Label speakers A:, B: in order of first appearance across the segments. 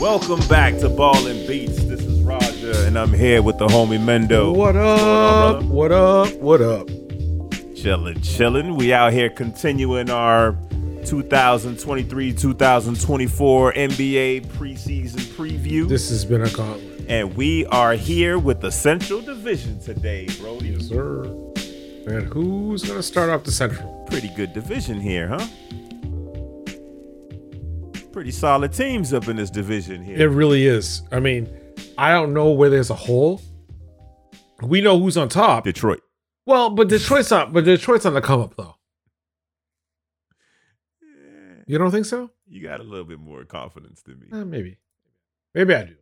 A: Welcome back to Ball and Beats. This is Roger, and I'm here with the homie Mendo.
B: What up?
A: brother?
B: What up? What up?
A: Chillin', chillin'. We out here continuing our 2023-2024 NBA preseason preview.
B: This has been a gauntlet.
A: and we are here with the Central Division today, bro.
B: Yes, sir. And who's gonna start off the central?
A: Pretty good division here, huh? Pretty solid teams up in this division
B: It
A: here.
B: really is. I mean, I don't know where there's a hole. We know who's on top.
A: Detroit.
B: Well, but Detroit's not. But Detroit's on the come up though. You don't think so?
A: You got a little bit more confidence than me.
B: Eh, maybe. Maybe I do.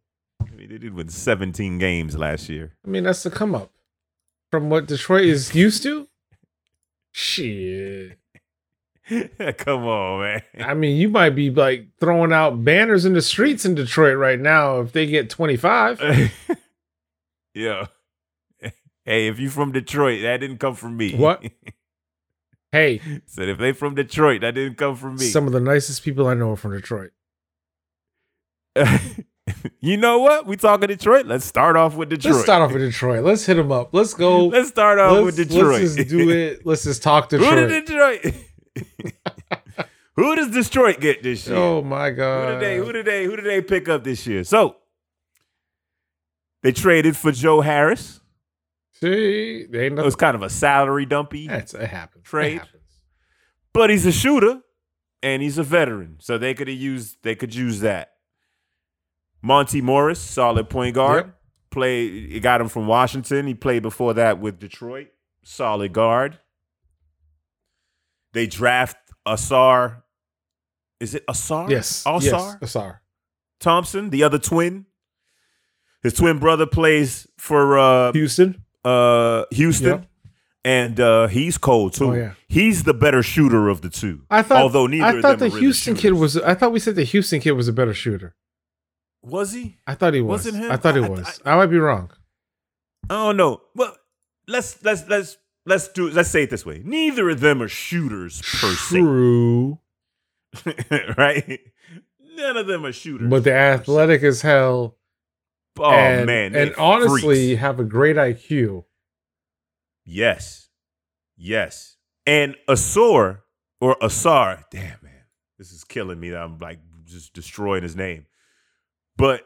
A: I mean, they did win 17 games last year.
B: I mean, that's the come up from what Detroit is used to. Shit.
A: Come on, man.
B: I mean, you might be like throwing out banners in the streets in Detroit right now if they get 25.
A: yeah. Hey, if you from Detroit, that didn't come from me.
B: What? Hey,
A: Said if they from Detroit, that didn't come from me.
B: some of the nicest people I know are from Detroit.
A: you know what? We talking Detroit. Let's start off with Detroit.
B: Let's start off with Detroit. Let's hit them up. Let's go.
A: Let's start off
B: Let's-
A: with Detroit.
B: Let's just do it. Let's just talk
A: Who
B: Detroit.
A: did Detroit? Who does Detroit get this year?
B: Oh my
A: Who
B: god.
A: did they? Who did they? Who did they pick up this year? So they traded for Joe Harris.
B: See, they ain't
A: It
B: nothing.
A: was kind of a salary dumpy,
B: That's it happens.
A: Oh, Trade.
B: It happens.
A: but he's a shooter and he's a veteran, so they could have used they could use that. Monty Morris, solid point guard,
B: Yep.
A: play. It got him from Washington. He played before that with Detroit, solid guard. They draft Asar. Is it Asar?
B: Yes.
A: Asar.
B: Yes. Asar.
A: Thompson, the other twin. His twin brother plays for uh,
B: Houston.
A: uh, Houston,
B: Yep.
A: and uh, he's cold too.
B: Oh, yeah.
A: He's the better shooter of the two.
B: I thought.
A: although neither
B: I
A: of them
B: thought the
A: are really
B: Houston kid
A: shooters.
B: was. I thought we said the Houston kid was a better shooter.
A: was he?
B: I thought he was.
A: Wasn't him?
B: I thought he
A: I- I-
B: was. I might be wrong.
A: I don't know. Well, let's let's let's let's do let's say it this way. Neither of them are shooters per se,
B: True.
A: right? None of them are shooters.
B: But they're athletic as hell.
A: Oh
B: and,
A: man, they
B: and honestly
A: freaks.
B: have a great IQ.
A: Yes. Yes. And Asor or Asar, damn man, this is killing me that I'm like just destroying his name. But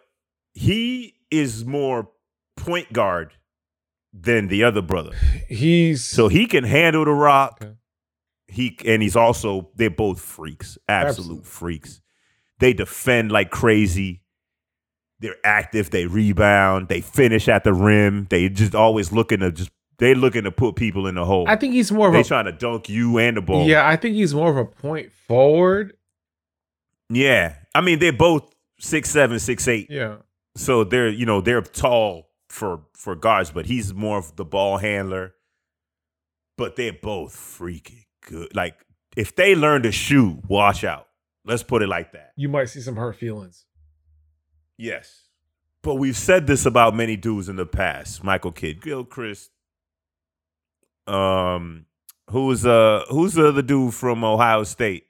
A: he is more point guard than the other brother.
B: He's
A: So he can handle the rock.
B: Okay.
A: He and he's also they're both freaks, absolute
B: Absolutely.
A: freaks. They defend like crazy. They're active. They rebound. They finish at the rim. They just always looking to just they looking to put people in the hole.
B: I think he's more of
A: they
B: a
A: trying to dunk you and the ball.
B: yeah. I think he's more of a point forward.
A: yeah. I mean they're both six seven, six eight.
B: Yeah,
A: So they're you know they're tall for for guards, but he's more of the ball handler. But they're both freaking good. Like if they learn to shoot, watch out. Let's put it like that.
B: you might see some hurt feelings.
A: Yes. But we've said this about many dudes in the past. Michael Kidd, Gilchrist. Um, who's uh who's the other dude from Ohio State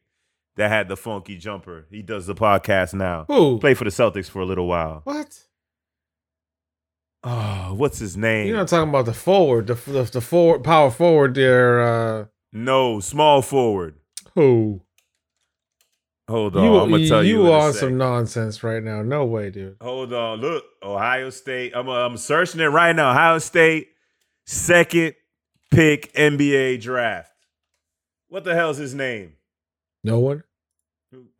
A: that had the funky jumper? He does the podcast now.
B: Who?
A: Played for the Celtics for a little while.
B: What?
A: Oh, what's his name?
B: You're not talking about the forward, the the, the forward power forward there. Uh,
A: No, small forward.
B: who?
A: Hold on, I'm gonna tell you. in a
B: are on
A: sec.
B: some nonsense right now. No way, dude.
A: Hold on, look, Ohio State. I'm uh, I'm searching it right now. Ohio State second pick NBA draft. What the hell's his name?
B: No one.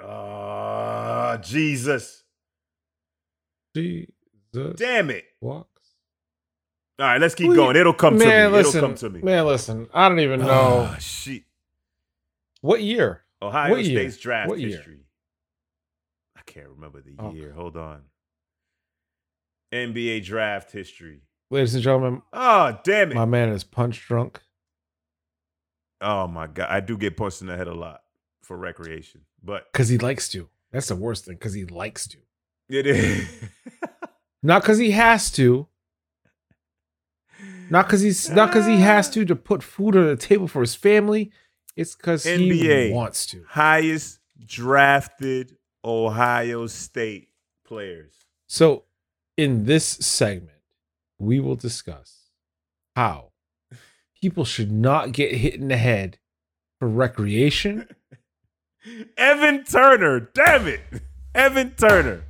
A: Ah, Jesus,
B: Jesus
A: damn it!
B: walks.
A: All right, let's keep
B: Who you-
A: going. It'll come to
B: Man,
A: me.
B: listen,
A: It'll come to me.
B: man, listen. I don't even know
A: Ah, shit.
B: what year.
A: Ohio
B: What year?
A: State's draft
B: What year?
A: history. I can't remember the
B: Oh.
A: year. Hold on. NBA draft history.
B: Ladies and gentlemen,
A: Oh, damn it.
B: my man is punch drunk.
A: Oh my god, I do get punched in the head a lot for recreation, but
B: Because he likes to. That's the worst thing, because he likes to.
A: it is
B: Not because he has to. Not because he's not because he has to to put food on the table for his family. It's because he
A: NBA.
B: wants to.
A: highest drafted Ohio State players.
B: So, in this segment, we will discuss how people should not get hit in the head for recreation.
A: Evan Turner, damn it. Evan Turner.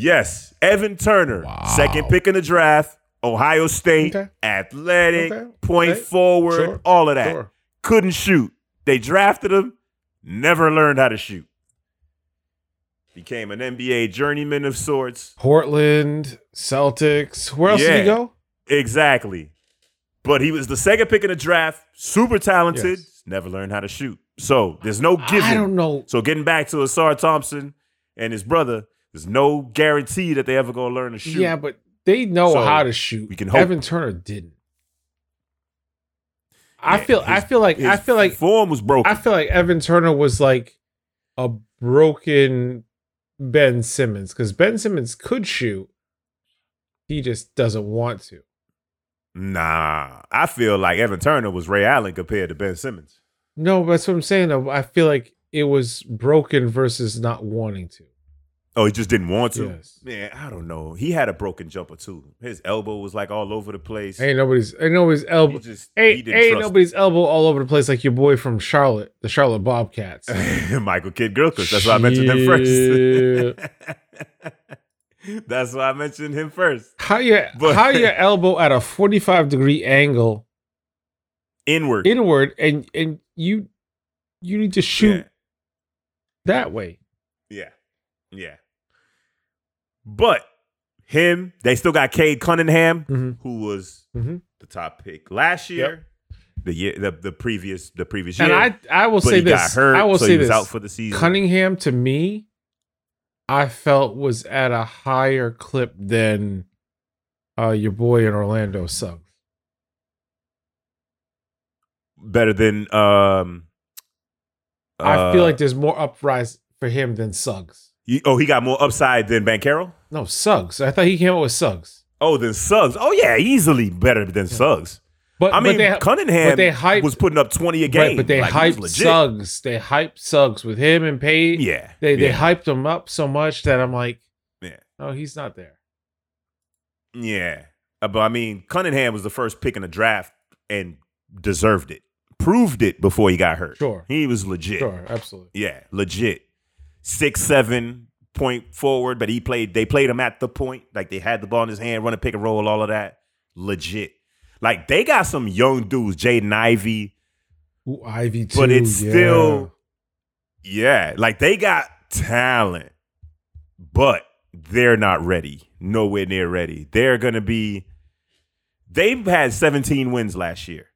A: Yes, Evan Turner,
B: Wow.
A: second pick in the draft, Ohio State,
B: Okay.
A: athletic,
B: Okay,
A: point
B: okay.
A: forward,
B: Sure,
A: all of that.
B: Sure.
A: Couldn't shoot. They drafted him, never learned how to shoot. Became an NBA journeyman of sorts.
B: Portland, Celtics. Where else did
A: Yeah.
B: he go?
A: Exactly. But he was the second pick in the draft, super talented,
B: Yes.
A: never learned how to shoot. So there's no giving.
B: I don't know.
A: So getting back to Asar Thompson and his brother, there's no guarantee that they ever gonna learn to shoot.
B: Yeah, but they know
A: So,
B: how to shoot.
A: we can hope.
B: Evan Turner didn't. I
A: Yeah,
B: feel. I
A: his-
B: feel like. I
A: His
B: feel like.
A: form was broken.
B: I feel like Evan Turner was like a broken Ben Simmons because Ben Simmons could shoot. He just doesn't want to.
A: nah, I feel like Evan Turner was Ray Allen compared to Ben Simmons.
B: No, that's what I'm saying. though. I feel like it was broken versus not wanting to.
A: Oh, he just didn't want to.
B: Yes.
A: Man, I don't know. He had a broken jumper too. His elbow was like all over the place.
B: Ain't nobody's. Ain't nobody's
A: He
B: elbow.
A: just he
B: Ain't,
A: didn't
B: ain't
A: trust
B: nobody's elbow all over the place like your boy from Charlotte, the Charlotte Bobcats.
A: Michael Kidd Gilchrist. That's why I mentioned him first. That's why I mentioned him first.
B: How your
A: But-
B: how your elbow at a forty five degree angle
A: Inward.
B: inward, and and you you need to shoot
A: Yeah.
B: that way.
A: Yeah. Yeah. But him, they still got Cade Cunningham,
B: Mm-hmm.
A: who was
B: Mhm.
A: the top pick last year. The year the, the previous the previous year.
B: And I I will
A: but
B: say
A: he
B: this.
A: got hurt,
B: I will
A: so
B: say
A: he was
B: this.
A: out for the season.
B: Cunningham to me, I felt was at a higher clip than uh, your boy in Orlando Suggs.
A: Better than um
B: I feel
A: uh,
B: like there's more uprise for him than Suggs.
A: he- oh, he got more upside than Bankero?
B: No, Suggs. I thought he came out with Suggs.
A: Oh, than Suggs. Oh yeah, easily better than Suggs.
B: But
A: I mean,
B: but they,
A: Cunningham
B: but they hyped-
A: was putting up twenty a
B: Right,
A: game,
B: but they
A: Like, he was
B: hyped
A: legit.
B: Suggs. They hyped Suggs with him and Payne.
A: Yeah,
B: They they
A: yeah.
B: hyped him up so much that I'm like,
A: Yeah.
B: no, he's not there.
A: Yeah. Uh, But I mean, Cunningham was the first pick in the draft and deserved it. Proved it before he got hurt.
B: Sure.
A: He was legit.
B: Sure, absolutely.
A: Yeah, legit. Six, seven point forward, but he played, they played him at the point. Like they had the ball in his hand, running pick and roll, all of that. Legit. Like they got some young dudes, Jaden Ivey.
B: Ooh, Ivy too.
A: But it's
B: yeah.
A: still- Yeah. Like they got talent, but they're not ready. Nowhere near ready. They're gonna be they've had 17 wins last year.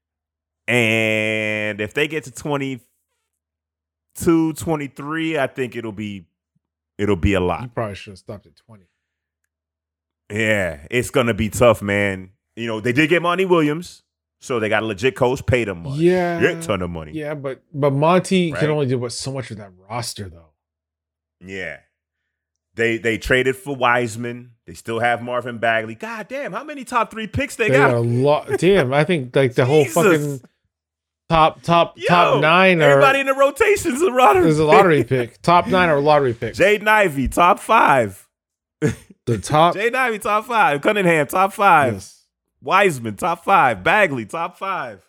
A: And if they get to 22, 23, I think it'll be it'll be a
B: you
A: lot.
B: probably should have stopped at twenty.
A: Yeah, it's gonna be tough, man. You know, they did get Monty Williams, so they got a legit coach, paid him money.
B: Yeah.
A: Shit ton of money.
B: Yeah, but but Monty
A: Right.
B: can only do what so much with that roster though.
A: Yeah. They they traded for Wiseman. They still have Marvin Bagley. God damn, how many top three picks they,
B: They,
A: got?
B: got a lot. Damn, I think like the whole
A: Jesus.
B: fucking top top
A: Yo,
B: top nine
A: Everybody
B: are
A: in the rotations is a lottery.
B: there's a lottery pick. Top nine are lottery picks.
A: Jaden Ivey, top five.
B: the top.
A: Jaden Ivey, top five. Cunningham, top five.
B: yes.
A: Wiseman, top five. Bagley, top five.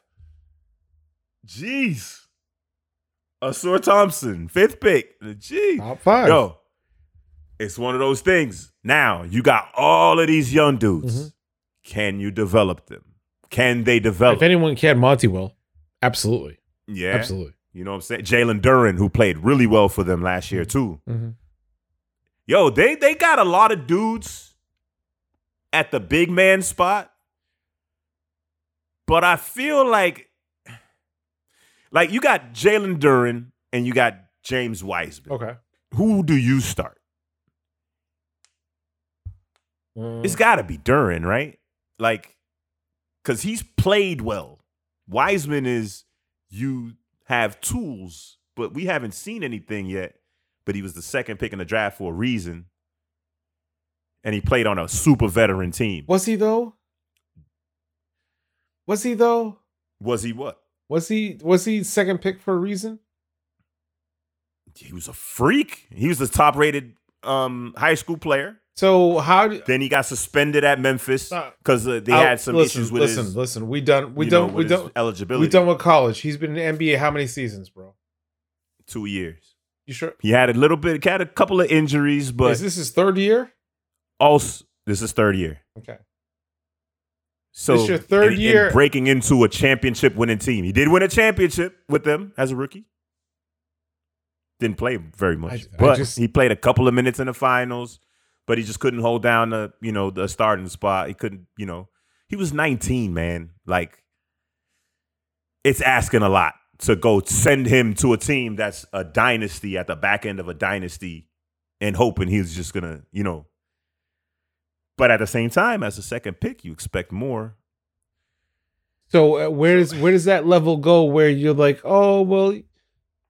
A: Jeez. Asor Thompson, fifth pick. Jeez.
B: Top five.
A: Yo, it's one of those things. Now you got all of these young dudes.
B: Mhm.
A: Can you develop them? Can they
B: if
A: develop?
B: anyone can, Monty will. Absolutely.
A: yeah,
B: Absolutely.
A: You know what I'm saying? Jalen Duran, who played really well for them last year too. Yo, they they got a lot of dudes at the big man spot, but I feel like like you got Jalen Duran and you got James Wiseman.
B: Okay.
A: Who do you start?
B: Mm.
A: It's got to be Duran, right? Like, because he's played well. Wiseman is you have tools, but we haven't seen anything yet. But he was the second pick in the draft for a reason, and he played on a super veteran team.
B: Was he though? Was he though?
A: Was he what?
B: Was he was he second pick for a reason?
A: He was a freak. He was the top rated um, high school player.
B: So how do
A: Then he got suspended at Memphis
B: Stop.
A: because uh, they
B: I'll-
A: had some
B: listen,
A: issues with
B: listen,
A: his,
B: listen. We done. We
A: you know,
B: don't. we
A: with his
B: don't.
A: eligibility.
B: We done with college. He's been in the NBA how many seasons, bro?
A: two years.
B: You sure?
A: He had a little bit, had a couple of injuries, but
B: Is this his third year?
A: also this is third year.
B: Okay.
A: So
B: This your third
A: and- and
B: year.
A: breaking into a championship winning team. He did win a championship with them as a rookie. Didn't play very much,
B: I- I
A: but
B: just-
A: he played a couple of minutes in the finals. But he just couldn't hold down the you know the starting spot. He couldn't you know he was 19, man. Like it's asking a lot to go send him to a team that's a dynasty at the back end of a dynasty and hoping he was just gonna you know. But at the same time, as a second pick, you expect more
B: So uh, where does where does that level go? Where you're like, oh well,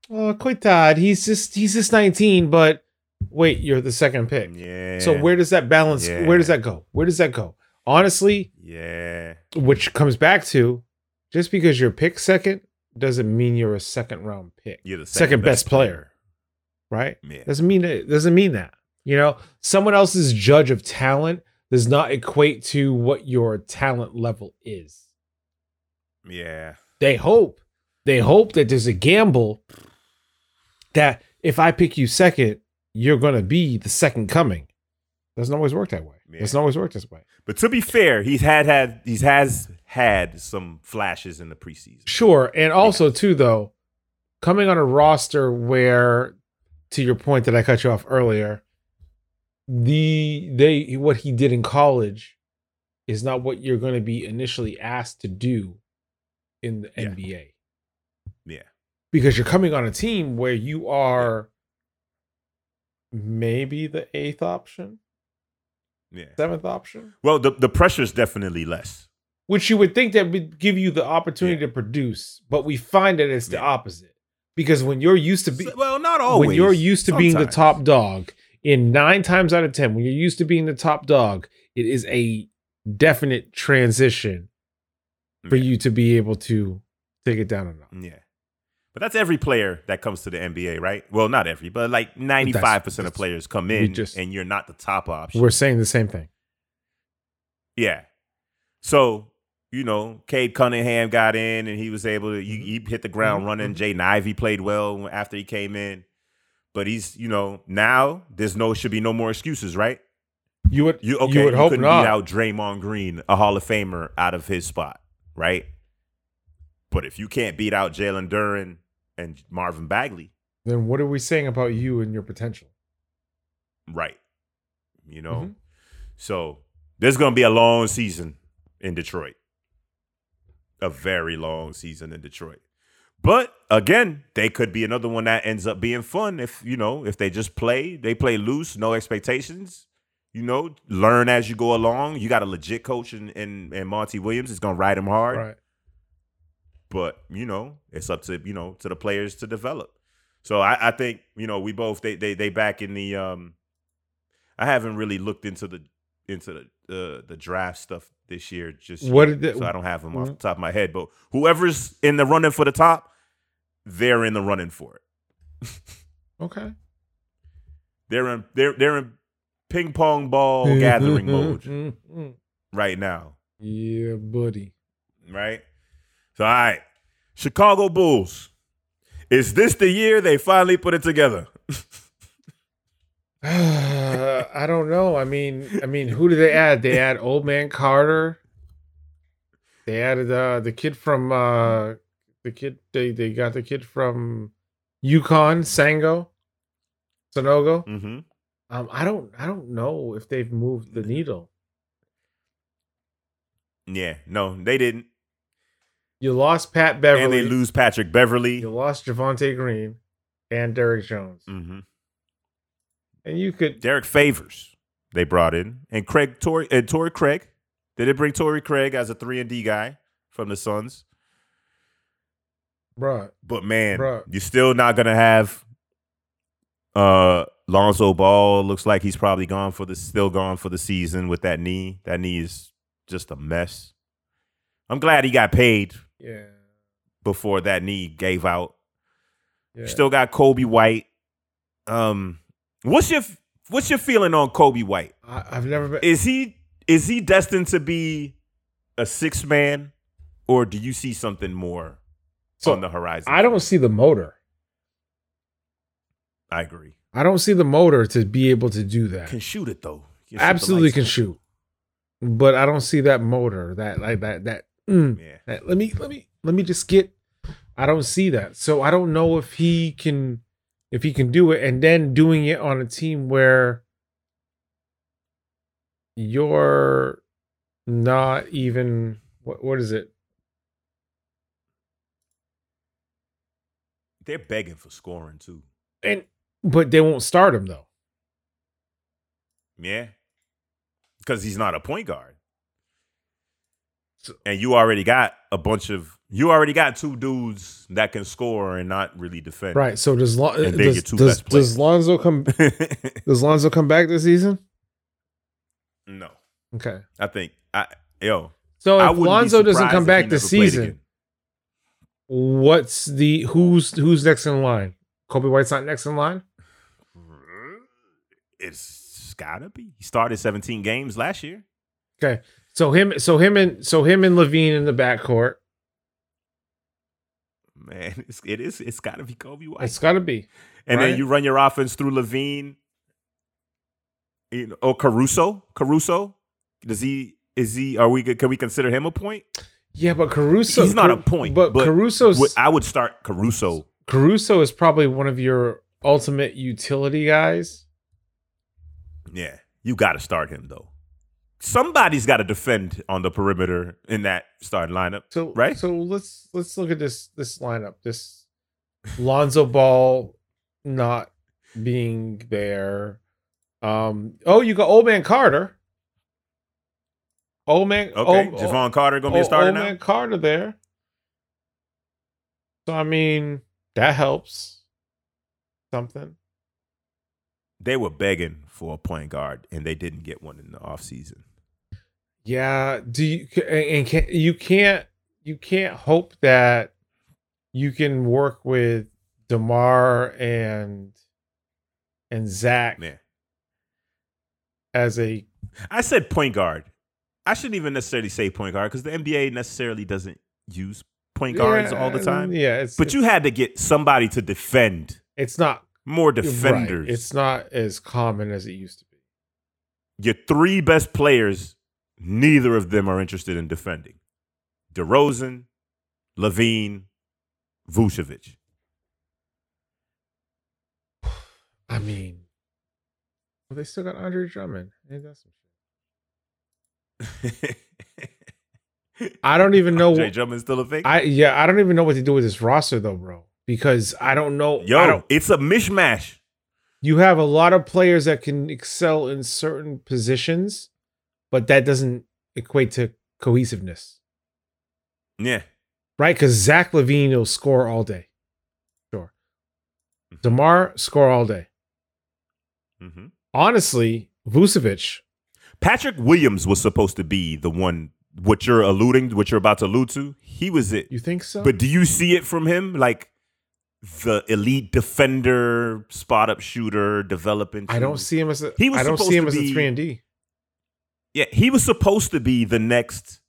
B: oh coitad, he's just he's just 19, but wait, you're the second pick.
A: Yeah.
B: So where does that balance?
A: Yeah.
B: Where does that go? Where does that go? Honestly,
A: Yeah.
B: which comes back to just because you're picked second doesn't mean you're a second round pick,
A: You're the
B: Second best player. right?
A: player. Yeah.
B: Doesn't mean it doesn't mean that. You know, someone else's judge of talent does not equate to what your talent level is.
A: Yeah.
B: They hope. They hope that there's a gamble that if I pick you second, you're going to be the second coming. Doesn't always work that way.
A: Yeah.
B: Doesn't always work this way.
A: But to be fair, he's had had he's has had some flashes in the preseason.
B: Sure. And also, too, though, coming on a roster where, to your point that I cut you off earlier, the they what he did in college is not what you're going to be initially asked to do in the
A: Yeah.
B: NBA.
A: Yeah.
B: Because you're coming on a team where you are maybe the eighth option,
A: Yeah.
B: seventh option,
A: Well, the the pressure's definitely less.
B: which you would think that would give you the opportunity to produce, but we find that it's the
A: Yeah.
B: opposite. Because when you're used to be,
A: So- well, not always.
B: when you're used to being the
A: Sometimes.
B: top dog in nine times out of ten when you're used to being the top dog it is a definite transition for
A: Yeah.
B: you to be able to take it down a notch
A: Yeah. But that's every player that comes to the NBA, right? Well, not every, but like 95% of
B: that's-
A: players come
B: we
A: in
B: just-
A: and you're not the top option.
B: we're saying the same thing
A: Yeah. So, you know, Cade Cunningham got in and he was able to he, he hit the ground
B: Mhm.
A: running. Jay Nivey played well after he came in. But he's, you know, now there's no should be no more excuses, right?
B: you would
A: You okay,
B: you would hope
A: couldn't
B: not
A: beat out Draymond Green, a Hall of Famer, out of his spot, right? But if you can't beat out Jalen Duran and Marvin Bagley,
B: then what are we saying about you and your potential
A: right. You know?
B: Mhm.
A: So there's going to be a long season in Detroit. A very long season in Detroit. But again, they could be another one that ends up being fun if, you know, if they just play, they play loose, no expectations. You know, learn as you go along. You got a legit coach in, in, in Monty Williams. It's going to ride him hard.
B: right
A: But, you know, it's up to, you know, to the players to develop. So I, I think, you know, we both they they they back in the um I haven't really looked into the into the uh, the draft stuff this year just
B: What
A: yet,
B: did the-
A: so I don't have them off the top of my head, but whoever's in the running for the top, they're in the running for it.
B: okay
A: They're in they're they're in ping pong
B: Mm-hmm,
A: ball gathering mode right now,
B: yeah buddy
A: right? So all right. Chicago Bulls. Is this the year they finally put it together?
B: i don't know i mean i mean who do they add they add old man carter They added uh, the kid from uh, the kid. They they got the kid from Yukon Sango, Sonogo.
A: Mm-hmm.
B: Um, I don't I don't know if they've moved the needle.
A: Yeah, no, they didn't.
B: You lost Pat Beverly.
A: And they lose Patrick Beverly.
B: You lost Javante Green and Derek Jones,
A: Mm-hmm.
B: and you could
A: Derek Favors they brought in, and Craig Tory and Tory Craig. They did bring Tory Craig as a three and D guy from the Suns,
B: bruh.
A: but man,
B: Bruh.
A: you're still not gonna have. Uh, Lonzo Ball looks like he's probably gone for the still gone for the season with that knee. That knee is just a mess. I'm glad he got paid
B: Yeah,
A: before that knee gave out.
B: yeah.
A: Still got Kobe White. Um, what's your f- what's your feeling on Kobe White?
B: I, I've never been.
A: Is he is he destined to be a six man, or do you see something more
B: So
A: on the horizon?
B: I don't see the motor.
A: I agree.
B: I don't see the motor to be able to do that.
A: Can shoot it though. Can shoot the
B: Absolutely
A: lights
B: can
A: out.
B: shoot, but I don't see that motor. That like that that. Mm,
A: Yeah.
B: that let me let me let me just get. I don't see that, so I don't know if he can if he can do it, and then doing it on a team where you're not even what what is it
A: They're begging for scoring too.
B: and but they won't start him though.
A: Yeah. Because he's not a point guard.
B: So-
A: And you already got a bunch of you already got two dudes that can score and not really defend.
B: Right. So does Lon-
A: And they
B: does,
A: get two
B: does,
A: best players.
B: does Lonzo come does Lonzo come back this season?
A: no.
B: Okay.
A: I think I yo.
B: So
A: I
B: Oh,
A: wouldn't
B: if
A: be
B: Lonzo doesn't
A: surprised
B: come
A: if he
B: back this
A: never played
B: season,
A: again.
B: what's the who's who's next in line? Kobe White's not next in line.
A: It's gotta be. He started 17 games last year.
B: So him so him and so him and Levine in the backcourt.
A: Man, it's, it is. It's gotta be Kobe White.
B: It's got to be
A: and
B: right.
A: then you run your offense through Levine. You know, oh Caruso, Caruso, does he? Is he? Are we? Can we consider him a point?
B: yeah, but Caruso
A: He's not a
B: Caru-
A: point,
B: But,
A: but
B: Caruso's
A: Would- I would start Caruso.
B: Caruso is probably one of your ultimate utility guys.
A: Yeah, you got to start him though. Somebody's got to defend on the perimeter in that starting lineup.
B: So
A: Right.
B: So let's let's look at this this lineup. This Lonzo Ball not being there. Um. Oh, you got Old Man Carter. Old man.
A: Okay,
B: oh,
A: Javon Carter
B: oh,
A: gonna be a starter
B: Old
A: now.
B: Man Carter there. So I mean that helps. Something.
A: They were begging for a point guard and they didn't get one in the offseason.
B: Yeah. Do you and can you can't you can't hope that you can work with Demar and and Zach
A: Man,
B: as a
A: I said point guard. I shouldn't even necessarily say point guard because the NBA necessarily doesn't use point guards all the
B: Yeah,
A: time.
B: Yeah, it's
A: But you had to get somebody to defend
B: it's not
A: more
B: right.
A: defenders.
B: It's not as common as it used to be.
A: your three best players, neither of them are interested in defending. DeRozan, Levine, Vucevic.
B: I mean, well, they still got Andre Drummond. Ain't that some shit? I don't even know.
A: Jay Drummond's still a thing.
B: I yeah, I don't even know what to do with this roster though, bro. Because I don't know. I don't-
A: Yo, it's a mishmash.
B: you have a lot of players that can excel in certain positions, but that doesn't equate to cohesiveness,
A: Yeah.
B: right? Because Zach Levine will score all day. Sure. Demar score all day.
A: Mhm.
B: Honestly, Vucevic,
A: Patrick Williams was supposed to be the one. What you're alluding, what you're about to allude to, he was it.
B: you think so?
A: But do you see it from him, like the elite defender, spot up shooter, developing?
B: I don't
A: to-
B: see him as a.
A: He was
B: I don't
A: supposed
B: see him
A: to
B: as a
A: be-
B: three and D.
A: Yeah, he was supposed to be the next,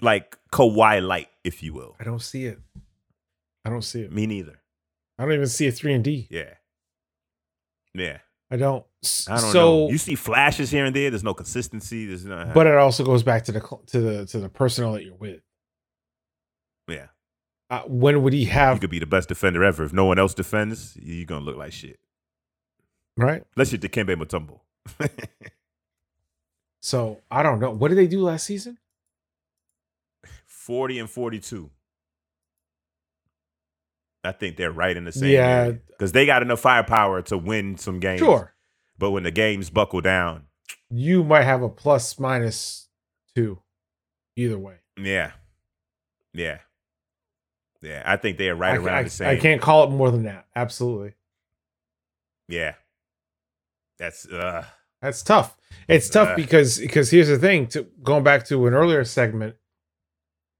A: like Kawhi Light, if you will.
B: I don't see it. I don't see it.
A: Me neither.
B: I don't even see a three and D.
A: Yeah, yeah.
B: I don't. S-
A: I don't
B: so,
A: know. You see flashes here and there. There's no consistency. There's no.
B: but it also goes back to the cl- to the to the personnel that you're with.
A: yeah,
B: Uh, when would he
A: you
B: have
A: could be the best defender ever. If no one else defends, you're gonna look like shit.
B: right?
A: Unless you're Dikembe Mutombo.
B: So I don't know. What did they do last season?
A: Forty and forty-two. I think they're right in the same.
B: Yeah.
A: Yeah, because they got enough firepower to win some games.
B: Sure.
A: but when the games buckle down,
B: You might have a plus minus two either way.
A: Yeah. Yeah. Yeah. I think they're right
B: I,
A: around
B: I-
A: the same.
B: I can't call it more than that. Absolutely.
A: Yeah. That's uh
B: That's tough. It's tough
A: Ugh.
B: because because here's the thing to going back to an earlier segment,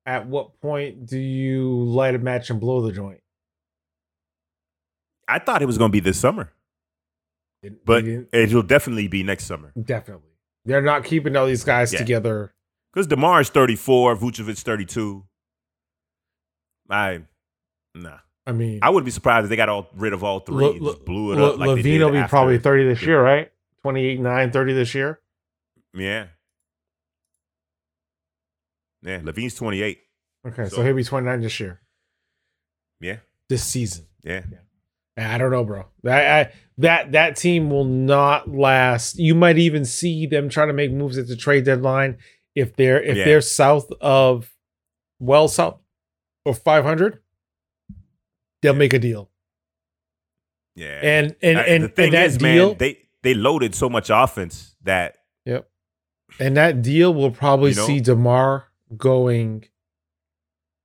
B: at what point do you light a match and blow the joint?
A: I thought it was gonna be this summer.
B: It-
A: But
B: it-
A: it'll definitely be next summer
B: definitely, they're not keeping all these guys
A: Yeah.
B: together.
A: because Demar is thirty four, Vucevic thirty two. I nah,
B: I mean,
A: I wouldn't be surprised if they got all rid of all three,
B: Le-
A: and
B: Le-
A: just blew it
B: Le-
A: up. Like they
B: Levine
A: did
B: will be
A: after-
B: probably thirty this
A: Yeah.
B: year, right? 28, 9, 30 this year.
A: Yeah, yeah. Levine's twenty eight.
B: Okay, so,
A: So-
B: he'll be twenty nine this year,
A: Yeah,
B: this season.
A: yeah.
B: I don't know, bro. I, I, that that team will not last. You might even see them try to make moves at the trade deadline if they're if
A: Yeah.
B: they're south of, well south, of five hundred. They'll make a deal,
A: Yeah.
B: and and
A: Uh,
B: and,
A: the thing
B: and that
A: is,
B: deal
A: man, they they loaded so much offense that
B: and that deal will probably
A: You know?
B: see Demar going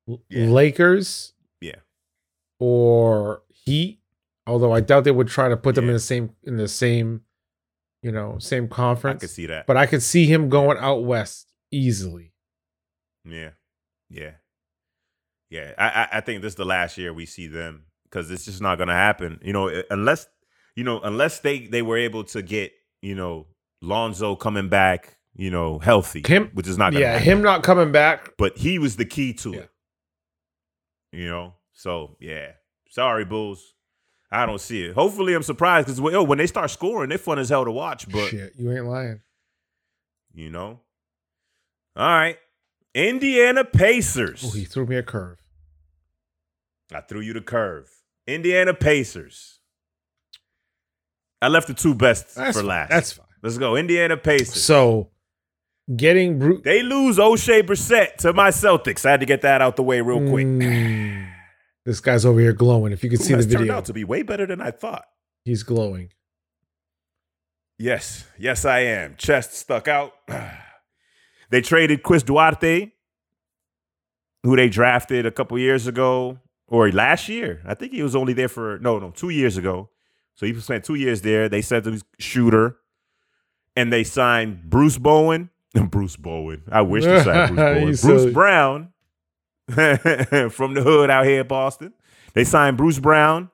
B: L-
A: Yeah.
B: Lakers,
A: Yeah.
B: or Heat. Although I doubt they would try to put them in
A: Yeah.
B: the same in the same, you know, same
A: I
B: conference.
A: could see that.
B: but I could see him going out west easily.
A: yeah, yeah, yeah. I I, I think this is the last year we see them because it's just not gonna happen. You know, unless you know unless they they were able to get you know Lonzo coming back, you know, healthy,
B: Him-
A: which is not gonna
B: yeah,
A: happen.
B: him not coming back.
A: But he was the key to
B: Yeah.
A: it. You know, so yeah. Sorry, Bulls. I don't see it. Hopefully, I'm surprised because when they start scoring, they're fun as hell to watch. But
B: Shit, you ain't lying.
A: you know. All right, Indiana Pacers.
B: Oh, he threw me a curve.
A: I threw you the curve. Indiana Pacers. I left the two best
B: That's
A: for
B: fine.
A: last.
B: That's fine.
A: Let's go, Indiana Pacers.
B: So, getting Bru-
A: they lose O'Shea Brissett to my Celtics. I had to get that out the way real quick.
B: Mm. this guy's over here glowing. If you could
A: Who
B: see the
A: has turned
B: video,
A: out to be way better than I thought.
B: he's glowing.
A: Yes, yes, I am. Chest stuck out. they traded Chris Duarte, who they drafted a couple years ago or last year. I think he was only there for no, no, two years ago. So he spent two years there. They sent him shooter, and they signed Bruce Bowen. Bruce Bowen. I wish they signed Bruce Bowen.
B: You
A: Bruce
B: silly.
A: Brown from the hood out here in Boston. They signed Bruce Brown,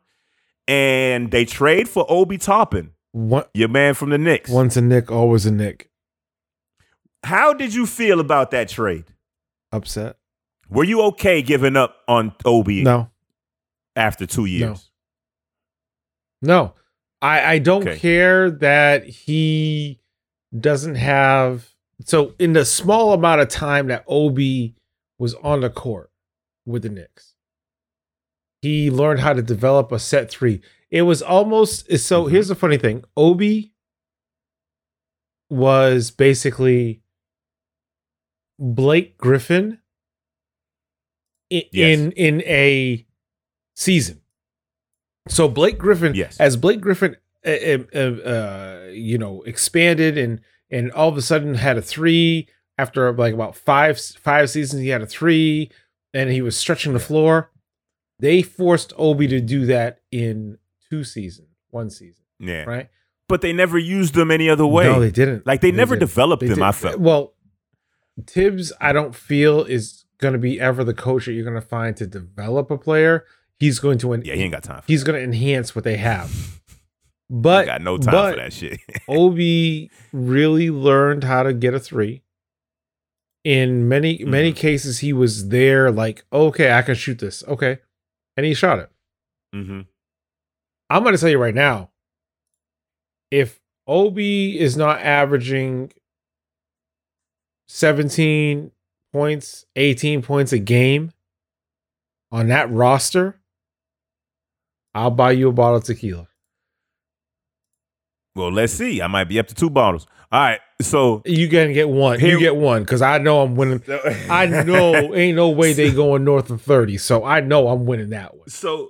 A: and they trade for Obi Toppin.
B: One,
A: Your man from the Knicks.
B: once a Nick, always a Nick.
A: How did you feel about that trade?
B: Upset?
A: Were you okay giving up on Obi
B: No,
A: after two years?
B: no. I I don't
A: Okay.
B: care that he doesn't have. So in the small amount of time that Obi was on the court with the Knicks, he learned how to develop a set three. It was almost so.
A: Mhm.
B: Here's the funny thing: Obi was basically Blake Griffin in
A: Yes.
B: in, in a season. So Blake Griffin,
A: Yes.
B: as Blake Griffin, uh, uh, uh, you know, expanded and and all of a sudden had a three after like about five five seasons, he had a three, and he was stretching the floor. They forced Obi to do that in two seasons, one season,
A: Yeah.
B: right?
A: But they never used him any other way.
B: No, they didn't.
A: like they, never
B: didn't.
A: developed
B: They
A: him,
B: did-
A: I felt.
B: Well, Tibbs, I don't feel is going to be ever the coach that you're going to find to develop a player. He's going to en-
A: Yeah, he ain't got time for
B: he's going to enhance what they have.
A: he
B: But
A: got no time
B: but
A: for that shit.
B: Obi really learned how to get a three. In many many
A: Mm-hmm.
B: cases, he was there. Like, okay, I can shoot this. Okay, and he shot it.
A: hmm
B: I'm going to tell you right now. If Obi is not averaging 17 points, 18 points a game on that roster, I'll buy you a bottle of tequila.
A: Well, let's see. I might be up to two bottles. All right. So
B: You gonna get one.
A: Here-
B: you get one because I know I'm winning. I
A: I
B: know ain't no way they going north of 30. So I know I'm winning that one.
A: so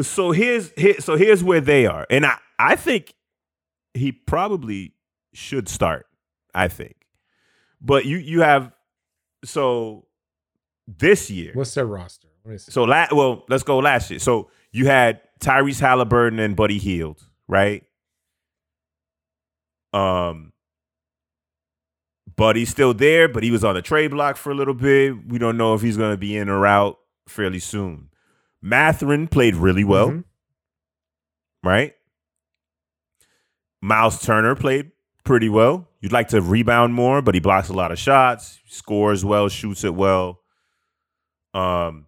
A: so here's here, so here's where they are and i i think he probably should start i think but you you have so this year
B: What's their roster? Let me see.
A: so la- well let's go last year so you had tyrese halliburton and buddy Hield, right um buddy's still there but he was on the trade block for a little bit we don't know if he's going to be in or out fairly soon matherin played really well
B: Mhm.
A: right? Miles Turner played pretty well. You'd like to rebound more, but he blocks a lot of shots, scores well, shoots it well. Um,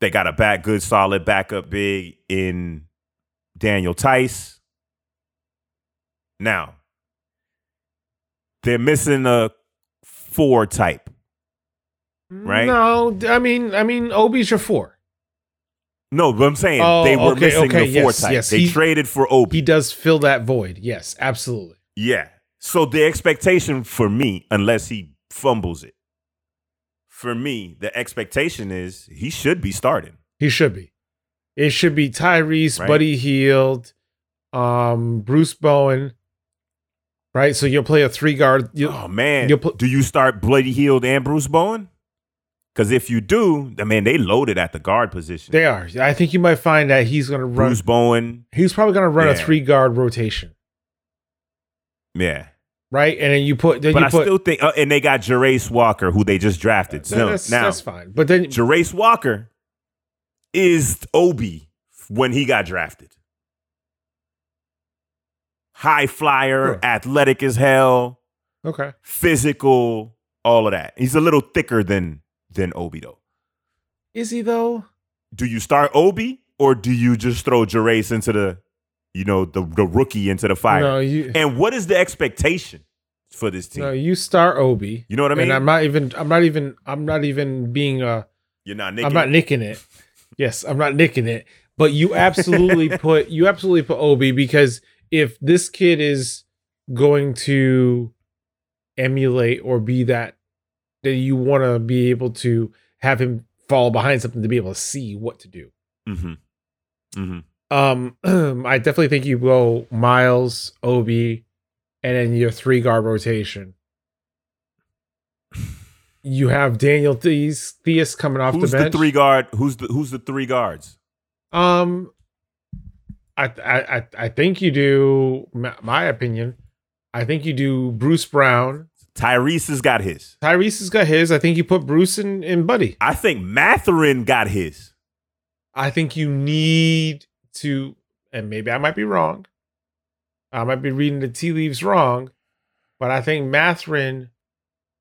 A: they got a back, good, solid backup big in Daniel Tice. Now, they're missing a four type. Right?
B: No, I mean, I mean, Obi's your four.
A: No, but I'm saying
B: Oh,
A: they were
B: okay,
A: missing
B: okay,
A: the four
B: yes,
A: type.
B: yes,
A: they
B: he-
A: traded for Obi.
B: He does fill that void. Yes, absolutely.
A: yeah. So the expectation for me, unless he fumbles it, for me, the expectation is he should be starting.
B: He should be. It should be Tyrese,
A: Right.
B: Buddy Healed, um, Bruce Bowen. Right, so you'll play a three guard. you-
A: oh man,
B: you'll put-
A: do you start Bloody Healed and Bruce Bowen? Because if you do, I mean they loaded at the guard position.
B: They are. I think you might find that he's going to run.
A: Bruce Bowen,
B: He's probably going to run a
A: Yeah.
B: three guard rotation,
A: yeah.
B: right? And then you put. Then
A: but
B: you
A: I
B: put.
A: still think, uh, and they got Jerace Walker, who they just drafted.
B: No,
A: So
B: that's,
A: now
B: that's fine. But then
A: Jerace Walker is Obi when he got drafted. High flyer,
B: Sure.
A: athletic as hell,
B: okay,
A: physical, all of that. He's a little thicker than than Obi though.
B: is he though?
A: Do you start Obi or do you just throw Jerace into the, you know, the the rookie into the fire?
B: No, you.
A: And what is the expectation for this team?
B: No, you start Obi.
A: you know what I mean?
B: and I'm not even. I'm not even. I'm not even being. Uh,
A: You're not nicking.
B: I'm not
A: it.
B: nicking it. Yes, I'm not nicking it. But you absolutely put you absolutely put Obi because if this kid is going to emulate or be that then you want to be able to have him fall behind something to be able to see what to do.
A: Mhm. Mhm.
B: Um, I definitely think you go Miles, Obi, and then your three guard rotation. You have Daniel Theus, Theus coming off
A: Who's
B: the
A: the
B: bench.
A: three guard? Who's the who's the three guards?
B: Um, I I I- I think you do. My, my opinion, I think you do. Bruce Brown,
A: Tyrese has got his.
B: Tyrese has got his. I think you put Bruce in in Buddy.
A: I think Matherin got his.
B: I think you need to, and maybe I might be wrong. I might be reading the tea leaves wrong, but I think Mathrin,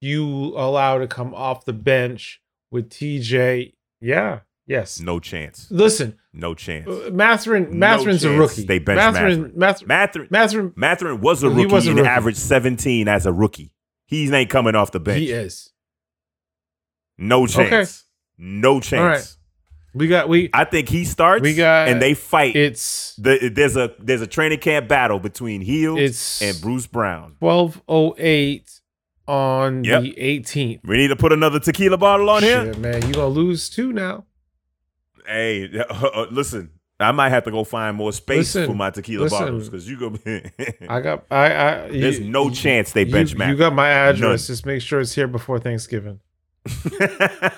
B: you allow to come off the bench with TJ. Yeah. Yes.
A: No chance.
B: Listen,
A: No chance.
B: uh, Mathrin.
A: No
B: Mathrin's a
A: chance
B: rookie.
A: they bench
B: Mathrin. Mathrin.
A: Matherin
B: Mathrin
A: Matherin was a
B: He
A: rookie
B: was a
A: and
B: rookie.
A: averaged 17 as a rookie. He's ain't coming off the bench.
B: He is.
A: No chance.
B: Okay.
A: No chance.
B: We got we.
A: I think he starts
B: We got-
A: and they fight.
B: It's
A: The- there's a there's a training camp battle between Heal
B: it's
A: and Bruce Brown.
B: twelve oh eight on
A: Yep.
B: the eighteenth.
A: We need to put another tequila bottle on here.
B: Shit, man, you gonna lose two now.
A: Hey, uh, listen, I might have to go find more space
B: Listen,
A: for my tequila
B: listen.
A: bottles because you go.
B: I got I I.
A: There's
B: you-
A: no chance they bench
B: you,
A: Matt.
B: you got my address. Just make sure it's here before Thanksgiving.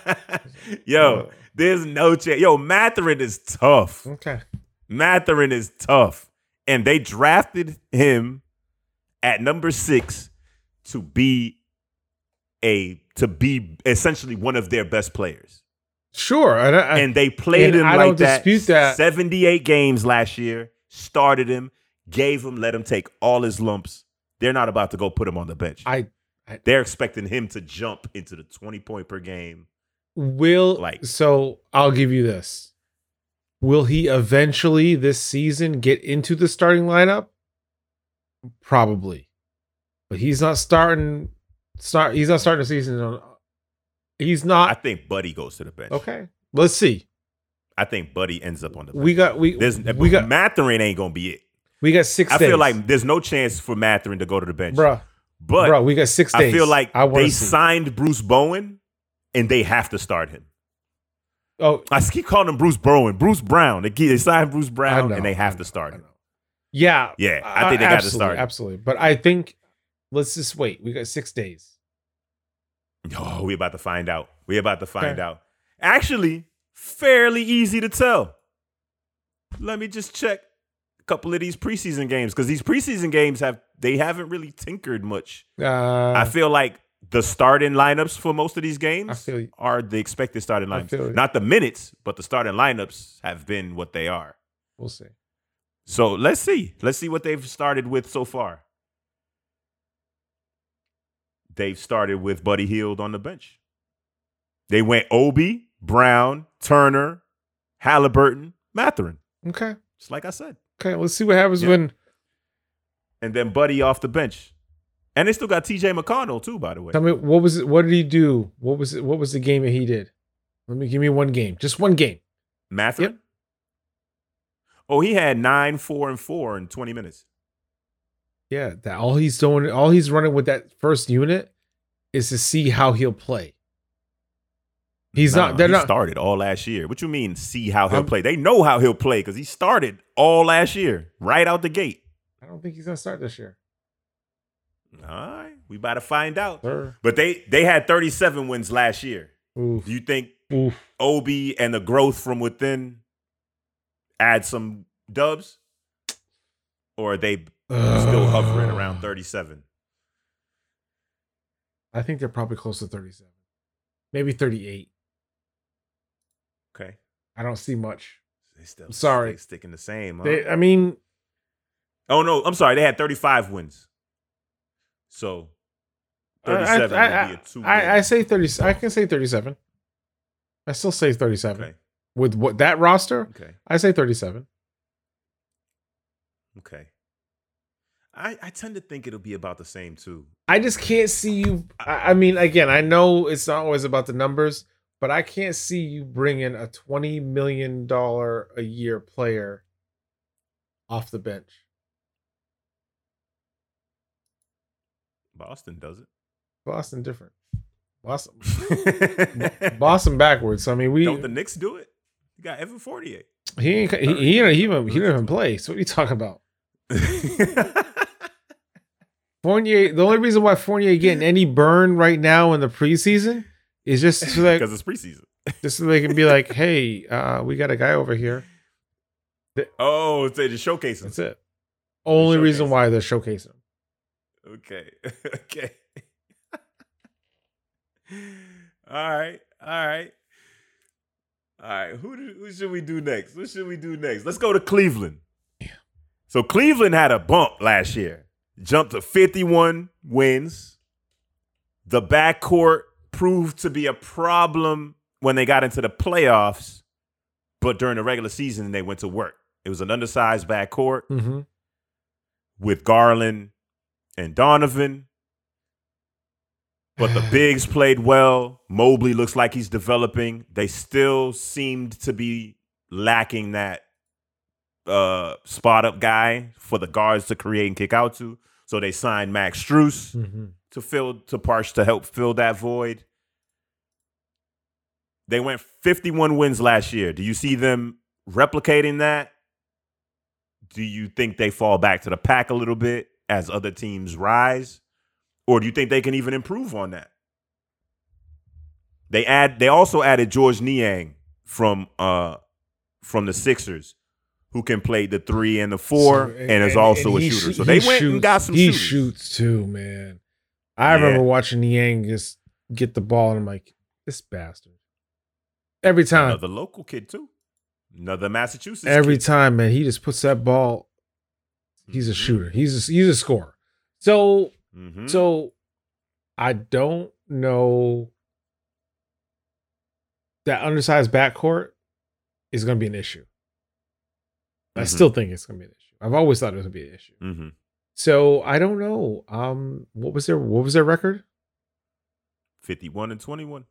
A: Yo, there's no chance. Yo, Matherin is tough.
B: Uh, Okay.
A: Matherin is tough. And they drafted him at number six to be a to be essentially one of their best players.
B: Sure. And, I,
A: and they played
B: and
A: him
B: I
A: like
B: don't
A: that,
B: dispute that.
A: 78 games last year, started him, gave him, let him take all his lumps. They're not about to go put him on the bench.
B: I
A: They're expecting him to jump into the 20 point per game.
B: will
A: Like-
B: so I'll give you this. Will he eventually this season get into the starting lineup? Probably. But he's not starting start he's not starting the season on he's
A: I
B: not
A: think Buddy goes to the bench.
B: okay. Let's see.
A: I think Buddy ends up on the bench.
B: We got we
A: there's,
B: we got
A: Matherin ain't going to be it.
B: we got six
A: I
B: days.
A: feel like there's no chance for Matherin to go to the bench.
B: bruh,
A: but
B: bruh, we got six
A: I
B: days.
A: feel like
B: I want
A: they
B: to see.
A: signed Bruce Bowen and they have to start him.
B: oh
A: I keep calling him Bruce Bowen, Bruce Brown. They they signed Bruce Brown
B: know,
A: and they have
B: I know,
A: to start
B: I
A: him.
B: know. yeah,
A: Yeah, I think they
B: Uh,
A: got to
B: absolutely,
A: start.
B: Absolutely. But I think let's just wait. We got six days.
A: Oh, we about to find out. We about to find
B: Okay.
A: out. Actually, fairly easy to tell. Let me just check a couple of these preseason games because these preseason games have they haven't really tinkered much.
B: Uh,
A: I feel like the starting lineups for most of these games
B: I feel you.
A: are the expected starting
B: I feel you.
A: lineups. Not the minutes, but the starting lineups have been what they are.
B: we'll see.
A: So let's see. Let's see what they've started with so far. They've started with Buddy Heald on the bench. They went Obi, Brown, Turner, Halliburton, Matherin.
B: Okay.
A: Just like I said.
B: Okay. Let's see what happens
A: Yeah.
B: when
A: And then Buddy off the bench. And they still got TJ McConnell, too, by the way.
B: Tell me what was it? What did he do? What was it? What was the game that he did? Let me give me one game, just one game.
A: Matherin.
B: Yep.
A: Oh, he had nine, four, and four in 20 minutes.
B: Yeah, that all he's doing, all he's running with that first unit is to see how he'll play. He's
A: Nah,
B: not. Um, They're
A: he
B: not.
A: started all last year. What you mean? See how he'll
B: I'm-
A: play? They know how he'll play because he started all last year, right out the gate.
B: I don't think he's gonna start this year.
A: All right, we about to find out.
B: Sir.
A: But they they had 37 wins last year.
B: Oof.
A: Do you think
B: Oof.
A: OB and the growth from within add some dubs, or are they
B: Uh,
A: still hovering around 37?
B: I think they're probably close to thirty-seven, maybe thirty-eight.
A: Okay,
B: I don't see much.
A: they still
B: I'm sorry.
A: they sticking the same. Huh?
B: They, I mean,
A: oh no, I'm sorry. They had 35 wins. So
B: I- I-
A: 37
B: I,
A: would be a two.
B: I, I, say thirty. I can say thirty-seven. I still say thirty-seven
A: okay.
B: with what that roster.
A: Okay.
B: I say thirty-seven.
A: Okay. I I tend to think it'll be about the same too.
B: I just can't see you. I I mean, again, I know it's not always about the numbers, but I can't see you bringing a twenty million dollar a year player off the bench.
A: Boston does
B: Boston different. Boston,
A: it.
B: Boston backwards. I mean, we
A: Don't the Knicks do it? You got Evan Forty eight.
B: he ain't, he he, he, didn't even he didn't even play. So what are you talking about? Fournier. The only reason why Fournier getting any burn right now in the preseason is just so that
A: Because it's preseason.
B: just so they can be like, hey, uh, we got a guy over here.
A: Oh, it's the showcase.
B: That's it. Only reason
A: showcasing.
B: why they're showcasing. him.
A: Okay. okay. all right. All right. All right. Who do, who should we do next? What should we do next? Let's go to Cleveland. So Cleveland had a bump last year. Jumped to 51 wins. The backcourt proved to be a problem when they got into the playoffs, but during the regular season they went to work. It was an undersized backcourt
B: Mm-hmm.
A: with Garland and Donovan. But the bigs played well. Mobley looks like he's developing. They still seemed to be lacking that uh, spot up guy for the guards to create and kick out to. So they signed Max Struess
B: Mm-hmm.
A: to fill to Parch to help fill that void. They went 51 wins last year. Do you see them replicating that? Do you think they fall back to the pack a little bit as other teams rise? Or do you think they can even improve on that? They add they also added George Niang from uh from the Sixers, who can play the three and the four and, is also a shooter. so they went and got some
B: He
A: shooters.
B: shoots too, man. I
A: Yeah.
B: remember watching Yang just get the ball, and I'm like, this bastard. Every time,
A: Another local kid too. Another Massachusetts.
B: every
A: kid.
B: time, man, he just puts that ball. He's a
A: Mhm.
B: shooter. He's a, he's a scorer. So
A: Mhm.
B: so, I don't know. That undersized backcourt is going to be an issue. I
A: Mhm.
B: still think it's going to be an issue. I've always thought it was going to be an issue.
A: Mhm.
B: So I don't know. Um, what was their what was their record?
A: fifty-one and twenty-one.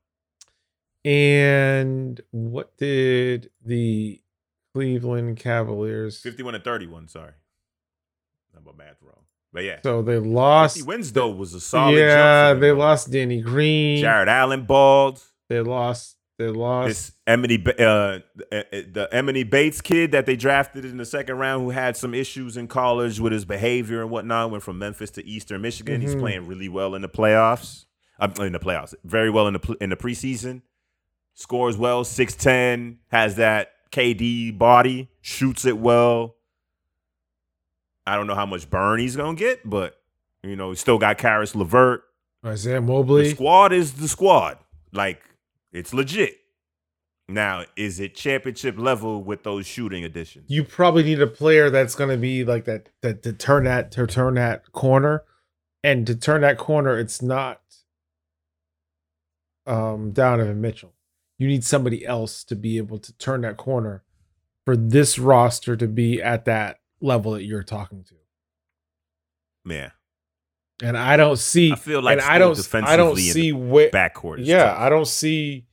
B: And what did the Cleveland Cavaliers?
A: Fifty-one and thirty-one. Sorry, number math wrong. But yeah,
B: So they lost.
A: fifty wins though was a solid.
B: Yeah,
A: jump for them,
B: they
A: though.
B: lost Danny Green.
A: Jared Allen balled.
B: They lost. They lost.
A: This Emily, Ba- uh, the- uh, the Emily Bates kid that they drafted in the second round, who had some issues in college with his behavior and whatnot, went from Memphis to Eastern Michigan. He's
B: Mhm.
A: playing really well in the playoffs. I'm in the playoffs, very well in the pl- in the preseason. Scores well, six ten, has that KD body, shoots it well. I don't know how much burn he's gonna get, but you know, still got Karis Levert.
B: Isaiah
A: The
B: Mobley.
A: squad is the squad. Like it's legit. Now, is it championship level with those shooting additions?
B: You probably need a player that's going to be like that, that to turn that to turn that corner, and to turn that corner, it's not um, Donovan Mitchell. You need somebody else to be able to turn that corner for this roster to be at that level that you're talking to.
A: yeah,
B: And I don't see.
A: I feel like
B: and I don't.
A: still
B: I don't
A: defensively in
B: see where.
A: the backcourt. is
B: Yeah,
A: tough.
B: I don't see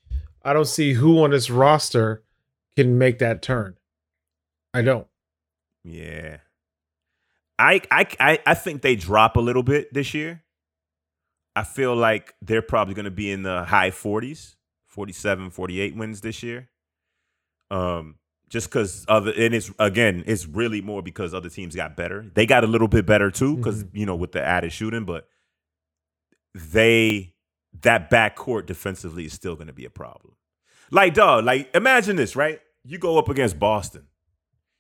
B: I don't see who on this roster can make that turn. I don't.
A: Yeah. I, I I I think they drop a little bit this year. I feel like they're probably going to be in the high 40s, 47, 48 wins this year. Um just cuz other and it's again, it's really more because other teams got better. They got a little bit better too because you know with the added shooting, but they that backcourt defensively is still going to be a problem. Like dog, like imagine this, right? You go up against Boston.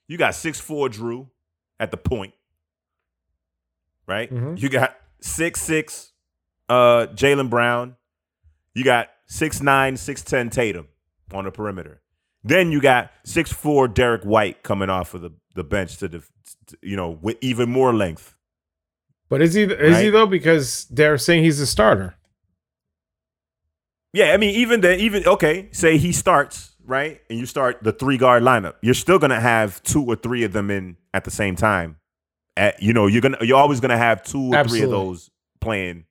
A: You got six four Drew at the point, right?
B: Mhm.
A: You got six six uh, Jalen Brown. You got six nine six ten Tatum on the perimeter. Then you got six four Derek White coming off of the, the bench to the to- you know with even more length.
B: But is he is he
A: Right.
B: though? Because they're saying he's a starter.
A: Yeah, I mean, even the even okay, say he starts right, and you start the three guard lineup. You're still gonna have two or three of them in at the same time. At you know, you're gonna you're always gonna have two or three of
B: Absolutely.
A: those playing,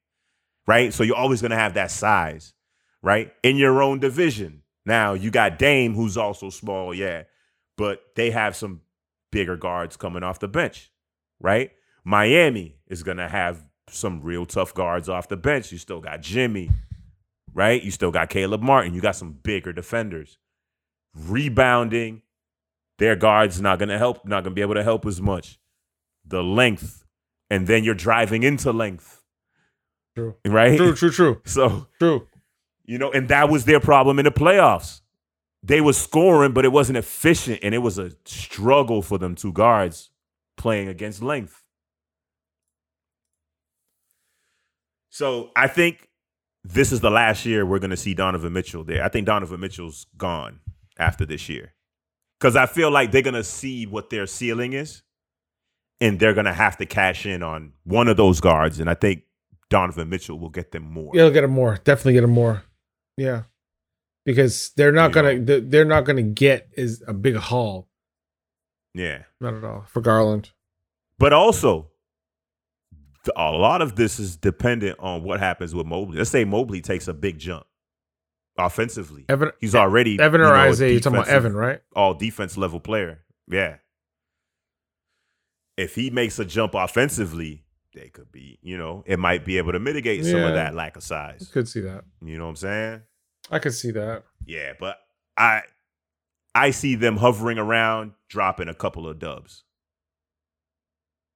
A: right? So you're always gonna have that size, right, in your own division. Now you got Dame, who's also small, yeah, but they have some bigger guards coming off the bench, right? Miami is gonna have some real tough guards off the bench. You still got Jimmy right? You still got Caleb Martin. You got some bigger defenders. Rebounding, their guards not gonna help, not gonna be able to help as much. The length, and then you're driving into length,
B: True.
A: right?
B: True, true, true,
A: So
B: true.
A: you know, and that was their problem in the playoffs. They were scoring, but it wasn't efficient, and it was a struggle for them two guards playing against length. So I think this is the last year we're going to see Donovan Mitchell there. I think Donovan Mitchell's gone after this year because I feel like they're going to see what their ceiling is, and they're going to have to cash in on one of those guards, and I think Donovan Mitchell will get them more.
B: You'll get him more. Definitely get him more. Yeah. Because they're not
A: Yeah.
B: gonna they're- they're not gonna get is a big haul.
A: yeah.
B: Not at all. For Garland.
A: But also, th- a lot of this is dependent on what happens with Mobley. Let's say Mobley takes a big jump offensively.
B: Evan
A: He's already
B: Evan
A: you
B: or
A: know, a
B: Isaiah, you're talking about
A: defensive-
B: Evan, right?
A: all defense level player. Yeah. If he makes a jump offensively, they could be, you know, it might be able to mitigate some
B: Yeah.
A: of that lack of size.
B: Could see that.
A: You know what I'm saying?
B: I could see that.
A: Yeah, but I I see them hovering around, dropping a couple of dubs.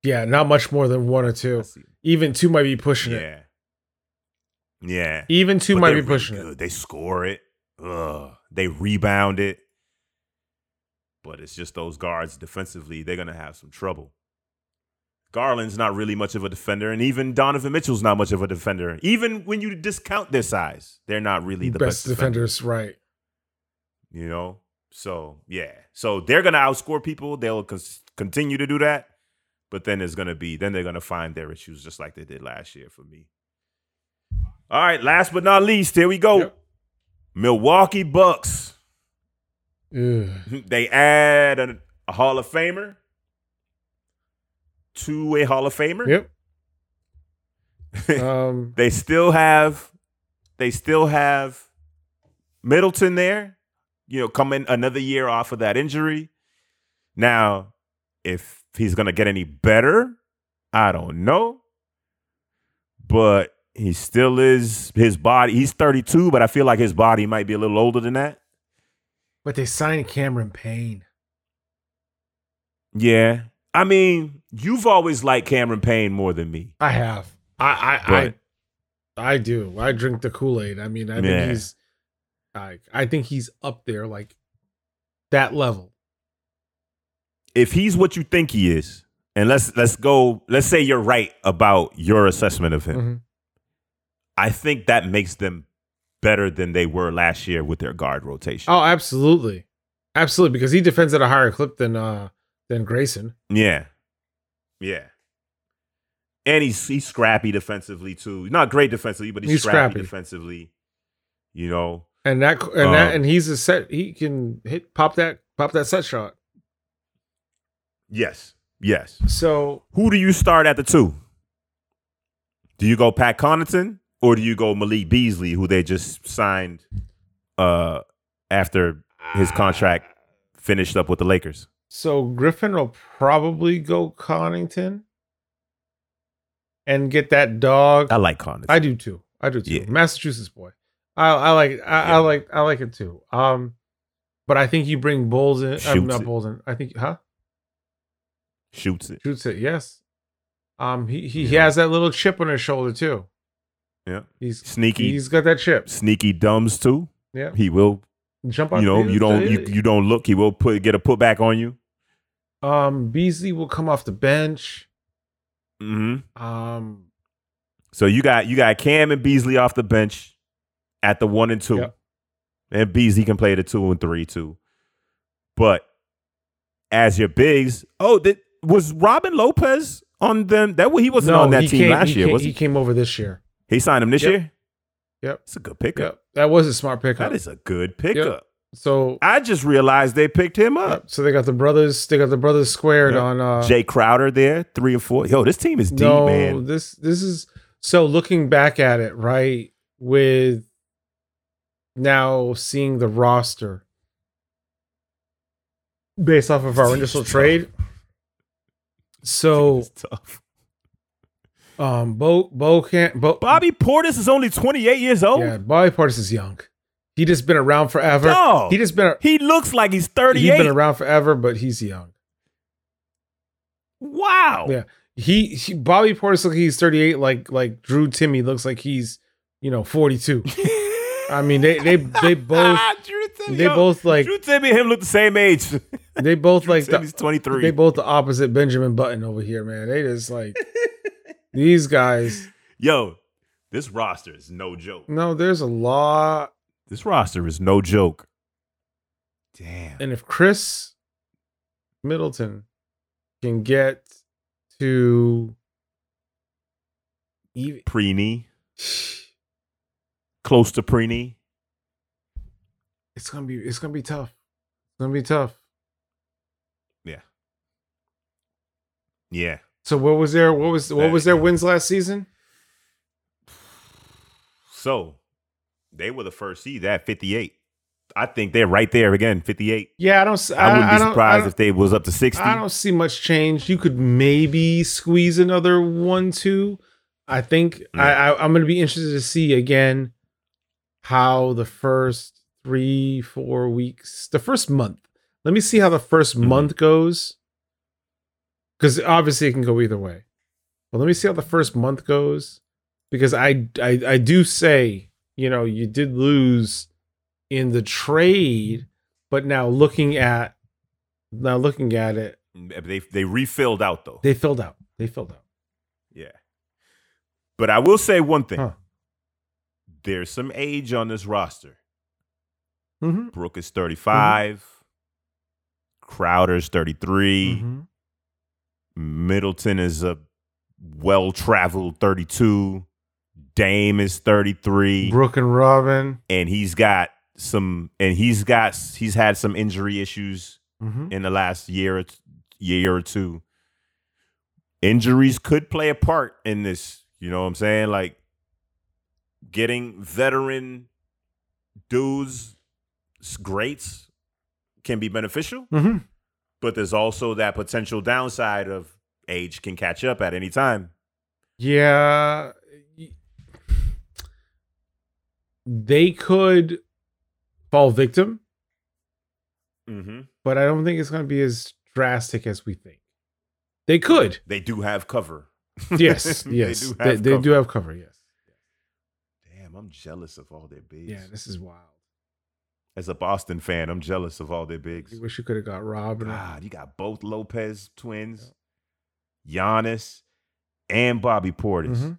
B: Yeah, not much more than one or
A: I
B: two.
A: see.
B: Even two might be pushing it.
A: Yeah. Yeah.
B: Even two
A: But
B: might
A: they're
B: be
A: really
B: pushing it.
A: good. They score it. Ugh. They rebound it. But it's just those guards defensively, they're gonna have some trouble. Garland's not really much of a defender, and even Donovan Mitchell's not much of a defender. Even when you discount their size, they're not really the best,
B: best, defenders, right?
A: You know, so yeah, so they're gonna outscore people. They'll cons- continue to do that, but then it's gonna be then they're gonna find their issues just like they did last year for me. All right, last but not least, here we go.
B: Yep.
A: Milwaukee Bucks.
B: Ugh.
A: They add a, a Hall of Famer to a Hall of Famer.
B: Yep. um,
A: They still have they still have Middleton there, you know, coming another year off of that injury. Now, if he's going to get any better, I don't know. But he still is his body. He's 32, but I feel like his body might be a little older than that.
B: but they signed Cameron Payne.
A: Yeah. I mean, you've always liked Cameron Payne more than me.
B: I have. I I
A: Right.
B: I, I do. I drink the Kool Aid. I mean, I think
A: Yeah.
B: he's. I I think he's up there like that level.
A: If he's what you think he is, and let's let's go, let's say you're
B: Mm-hmm.
A: right about your assessment of him.
B: Mhm.
A: I think that makes them better than they were last year with their guard rotation.
B: Oh, absolutely, absolutely, because he defends at a higher clip than uh than Grayson.
A: Yeah. Yeah. And he's he's scrappy defensively too. Not great defensively, but he's,
B: He's
A: scrappy,
B: scrappy.
A: defensively. You know.
B: And that and that
A: Um,
B: and he's a set. He can hit pop that pop that set shot.
A: Yes. Yes.
B: So
A: Who do you start at the two? Do you go Pat Connaughton or do you go Malik Beasley, who they just signed uh after his contract finished up with the Lakers?
B: So Griffin will probably go Connington and get that dog.
A: I like Connaughton.
B: I do too. I do too.
A: Yeah.
B: Massachusetts boy. I, I like. I,
A: Yeah.
B: I like. I like it too. Um, but I think you bring Bulls in. I'm
A: Shoots
B: not
A: it.
B: Bulls in. I think huh?
A: Shoots it.
B: Shoots it. Yes. Um, he he, he
A: Yeah.
B: has that little chip on his shoulder too.
A: Yeah.
B: He's
A: Sneaky
B: he's got that chip.
A: sneaky dumbs too.
B: Yeah.
A: He will
B: Jump on.
A: you know, you don't you, you don't look, he will put get a putback on you.
B: Um, Beasley will come off the bench.
A: hmm
B: Um,
A: So you got you got Cam and Beasley off the bench at the one and two,
B: Yep.
A: and Beasley can play the two and three too. But as your bigs, oh, that was Robin Lopez on them. That he wasn't
B: no,
A: on that
B: he
A: team
B: came-
A: last
B: he
A: year,
B: came-
A: was
B: he
A: he?
B: came over this year.
A: He signed him this
B: Yep.
A: year.
B: Yep.
A: it's a good pickup.
B: Yeah, that was a smart pickup.
A: That is a good pickup.
B: so.
A: I just realized they picked him
B: yeah,
A: up.
B: so they got the brothers. They got the brothers squared
A: Yeah.
B: on. Uh,
A: Jay Crowder there, three and four. Yo, this team is deep,
B: no,
A: man.
B: this this is so. Looking back at it, right with now seeing the roster based off of our initial trade. So,
A: It's tough.
B: um, Bo Bo can't Bo
A: Bobby Portis is only twenty eight years old.
B: Yeah, Bobby Portis is young. He just been around forever.
A: Dog.
B: He just been a-
A: He looks like he's thirty
B: he been
A: eight.
B: around forever, but he's young.
A: Wow.
B: Yeah. He, he Bobby Portis looks like he's 38, like like Drew Timmy looks like he's, you know, 42. I mean, they they they both
A: Ah, Drew Timmy,
B: they
A: yo,
B: both like
A: Drew Timmy and him look the same age. Drew
B: they both like
A: Timmy's
B: the,
A: twenty three.
B: they both the opposite Benjamin Button over here, man. They just like these guys.
A: Yo, this roster is no joke.
B: No, there's a lot.
A: This roster is no joke. Damn.
B: And if Chris Middleton can get to even
A: Preeny, close to Preeny.
B: it's gonna be it's gonna be tough. It's gonna be tough.
A: Yeah.
B: So what was their what was what
A: That-
B: was their wins last season?
A: So they were the first seed at fifty eight. I think they're right there again, fifty eight.
B: Yeah, I don't. s- I,
A: I wouldn't
B: I
A: be
B: don't,
A: surprised
B: I
A: if they was up to sixty.
B: don't, I don't see much change. You could maybe squeeze another one, two. I think I, I I'm gonna be interested to see again how the first three, four weeks, the first month. Let me see how the 1st
A: Mhm.
B: month goes, because obviously it can go either way. But let me see how the first month goes, because I I I do say you know you did lose in the trade, but now looking at now looking at it,
A: Mm, They they refilled out though.
B: they filled out. They filled out.
A: Yeah. But I will say one thing.
B: Huh.
A: There's some age on this roster.
B: Mm-hmm.
A: Brooke is 35. Crowder's 33.
B: Mm-hmm.
A: Middleton is a well traveled 32. Dame is 33.
B: Brooke and Robin.
A: And he's got some, and he's got, he's had some injury issues
B: Mm-hmm.
A: in the last year or t- year or two. Injuries could play a part in this, you know what I'm saying? Like getting veteran dudes s- greats can be beneficial,
B: Mm-hmm.
A: but there's also that potential downside of age can catch up at any time.
B: Yeah. They could fall victim,
A: Mm-hmm.
B: but I don't think it's going to be as drastic as we think. They could.
A: They do have cover.
B: Yes. Yes. they do have, they,
A: cover.
B: do have cover. Yes.
A: Damn, I'm jealous of all their bigs.
B: Yeah. This is wild.
A: As a Boston fan, I'm jealous of all their bigs.
B: I wish you could have got Robin.
A: God, you got both Lopez twins, Giannis, and Bobby Portis.
B: Mhm.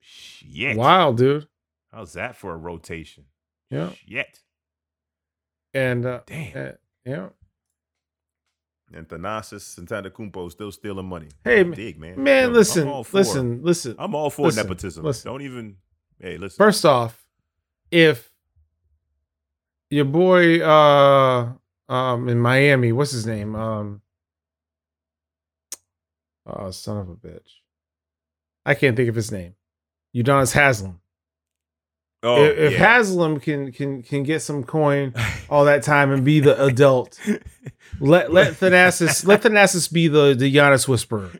A: Shit.
B: Wild, dude.
A: How's that for a rotation?
B: Yeah.
A: Shit.
B: And uh,
A: Damn.
B: uh, yeah,
A: And Thanasis Santanakumpo still stealing money.
B: Hey,
A: dig, man. I'm-
B: man,
A: I'm
B: listen,
A: all for-
B: listen, listen.
A: I'm all for
B: Listen,
A: nepotism.
B: listen.
A: Don't even. Hey, listen.
B: First off, if your boy uh um in Miami, what's his name? Um Oh, son of a bitch. I can't think of his name. Udonis Haslam.
A: oh,
B: if if
A: yeah.
B: Haslam can can can get some coin all that time and be the adult, let let Thanasis let Thanasis be the the Giannis whisperer.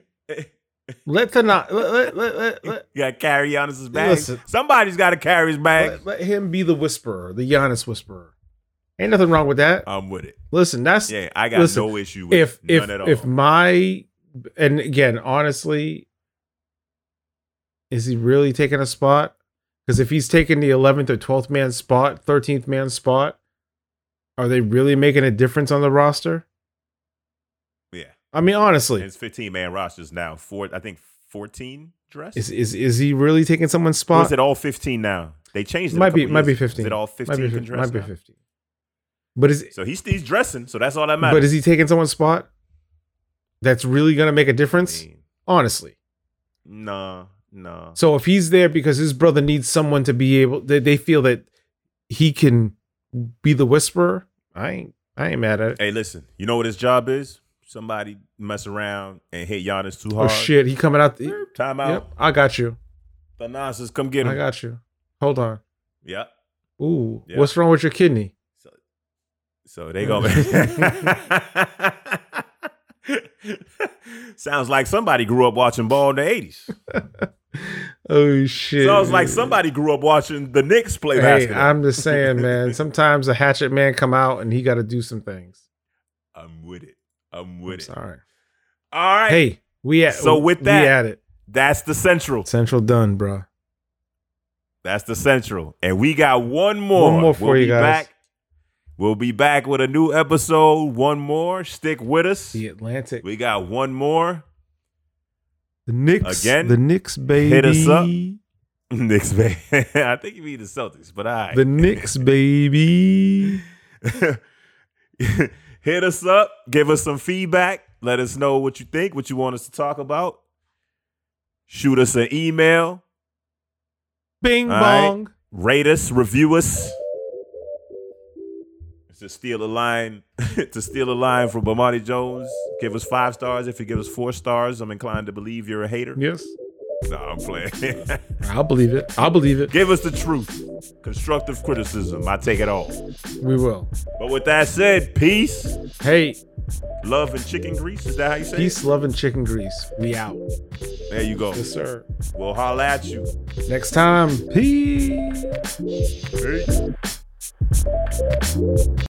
B: Let Thana let let let, let, let,
A: you gotta carry Giannis's bag.
B: Listen.
A: Somebody's gotta carry his bag.
B: let, let him be the whisperer, the Giannis whisperer. Ain't nothing wrong with that.
A: I'm with it.
B: Listen, that's
A: Yeah, I got
B: Listen,
A: no issue with
B: if
A: it.
B: if
A: None at all.
B: if my and again, honestly, is he really taking a spot? Because if he's taking the eleventh or twelfth man spot, thirteenth man spot, are they really making a difference on the roster?
A: yeah.
B: I mean,
A: And
B: honestly,
A: it's 15 man rosters now. Four, I think 14 dress.
B: is is is he really taking someone's
A: Or
B: spot?
A: is it all 15 now? They changed it. a
B: might be
A: couple
B: might be
A: years ago.
B: fifteen.
A: Is it all 15
B: Might be,
A: can
B: fif-
A: dress
B: might be
A: now?
B: fifteen. But is
A: So he's, he's dressing, so that's all that matters.
B: but is he taking someone's spot? That's really gonna make a difference,
A: I mean,
B: honestly.
A: nah, nah.
B: So if he's there because his brother needs someone to be able, they, they feel that he can be the whisperer. I ain't, I ain't mad at it.
A: Hey, listen, you know what his job is? Somebody mess around and hit Giannis too
B: Oh
A: hard.
B: shit, he coming out. The,
A: Boop, Time
B: yep,
A: out.
B: I got you.
A: The nonsense, come get
B: I
A: him.
B: got you. Hold on.
A: Yep.
B: Ooh,
A: Yeah.
B: what's wrong with your kidney?
A: So, so they gonna. Sounds like somebody grew up watching ball in the eighties.
B: Oh shit.
A: Sounds like somebody grew up watching the Knicks play
B: Hey,
A: basketball. I'm,
B: I'm just saying, man. Sometimes a hatchet man come out and he got to do some things.
A: with it. I'm
B: I'm
A: with it.
B: sorry.
A: All right,
B: Hey, we at
A: So with
B: we
A: that-
B: at it.
A: that's the central.
B: Central done, bruh.
A: That's the central, and we got one more.
B: One more for
A: we'll
B: you
A: be
B: guys.
A: Back. We'll be back with a new episode. One more. Stick with us.
B: The Atlantic,
A: We got one more.
B: the Knicks
A: Again,
B: The Knicks, baby.
A: hit us up. Knicks, man. I think you mean the Celtics, but I.
B: The Knicks, baby.
A: hit us up. Give us some feedback. Let us know what you think, what you want us to talk about. Shoot us an email.
B: Bing
A: All right.
B: bong.
A: Rate us. Review us. To steal a line, to steal a line from Bomani Jones, give us five stars. If you give us four stars, I'm inclined to believe you're a hater.
B: Yes.
A: No, I'm playing.
B: I'll believe it. I'll believe it.
A: give us the truth. Constructive criticism. I take it all.
B: We will.
A: But with that said, peace,
B: Hey,
A: love, and chicken grease. Is that how you say
B: peace, love, and chicken grease. We out.
A: it? There you go.
B: sir.
A: We'll holla at you.
B: Next time. Peace.
A: Peace.